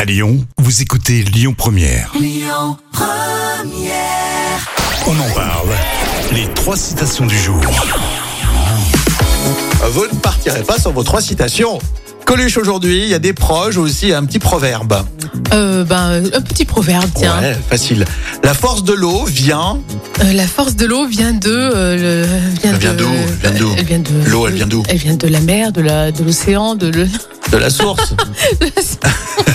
À Lyon, vous écoutez Lyon Première. On en parle. Les trois citations du jour. Vous ne partirez pas sans vos trois citations. Coluche aujourd'hui, il y a des proches aussi, un petit proverbe. Euh, ben, un petit proverbe, tiens. Ouais, facile. La force de l'eau vient. Euh, la force de l'eau vient de. euh, le- Elle vient de- d'où Elle vient d'où Elle vient de. L'eau, elle vient d'où Elle vient de la mer, de la, de l'océan, de le. De la source.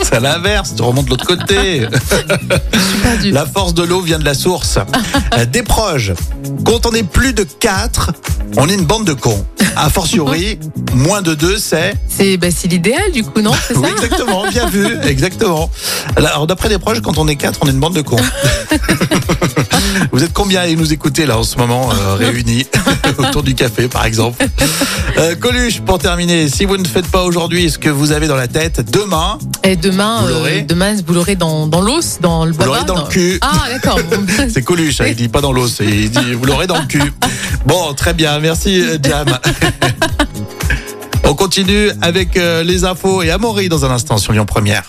C'est à l'inverse, tu remontes de l'autre côté. Je suis perdue. La force de l'eau vient de la source. Euh, Des proches. Quand on est plus de quatre, on est une bande de cons. A fortiori, moins de deux, c'est. C'est, ben, c'est l'idéal du coup, non C'est Oui, ça exactement, bien vu, exactement. Alors, d'après les proches, quand on est quatre, on est une bande de cons. Vous êtes combien à nous écouter là en ce moment, euh, réunis autour du café par exemple Euh, Coluche, pour terminer, si vous ne faites pas aujourd'hui ce que vous avez dans la tête, demain, Et demain, euh, Vous l'aurez demain, vous l'aurez dans, dans l'os, dans le Vous l'aurez baba, dans le cul. Ah, d'accord. Bon. c'est Coluche, hein, il dit pas dans l'os, il dit vous l'aurez dans le cul. Bon, très bien, merci euh, Jam. On continue avec euh, les infos et Amaury dans un instant sur Lyon Première.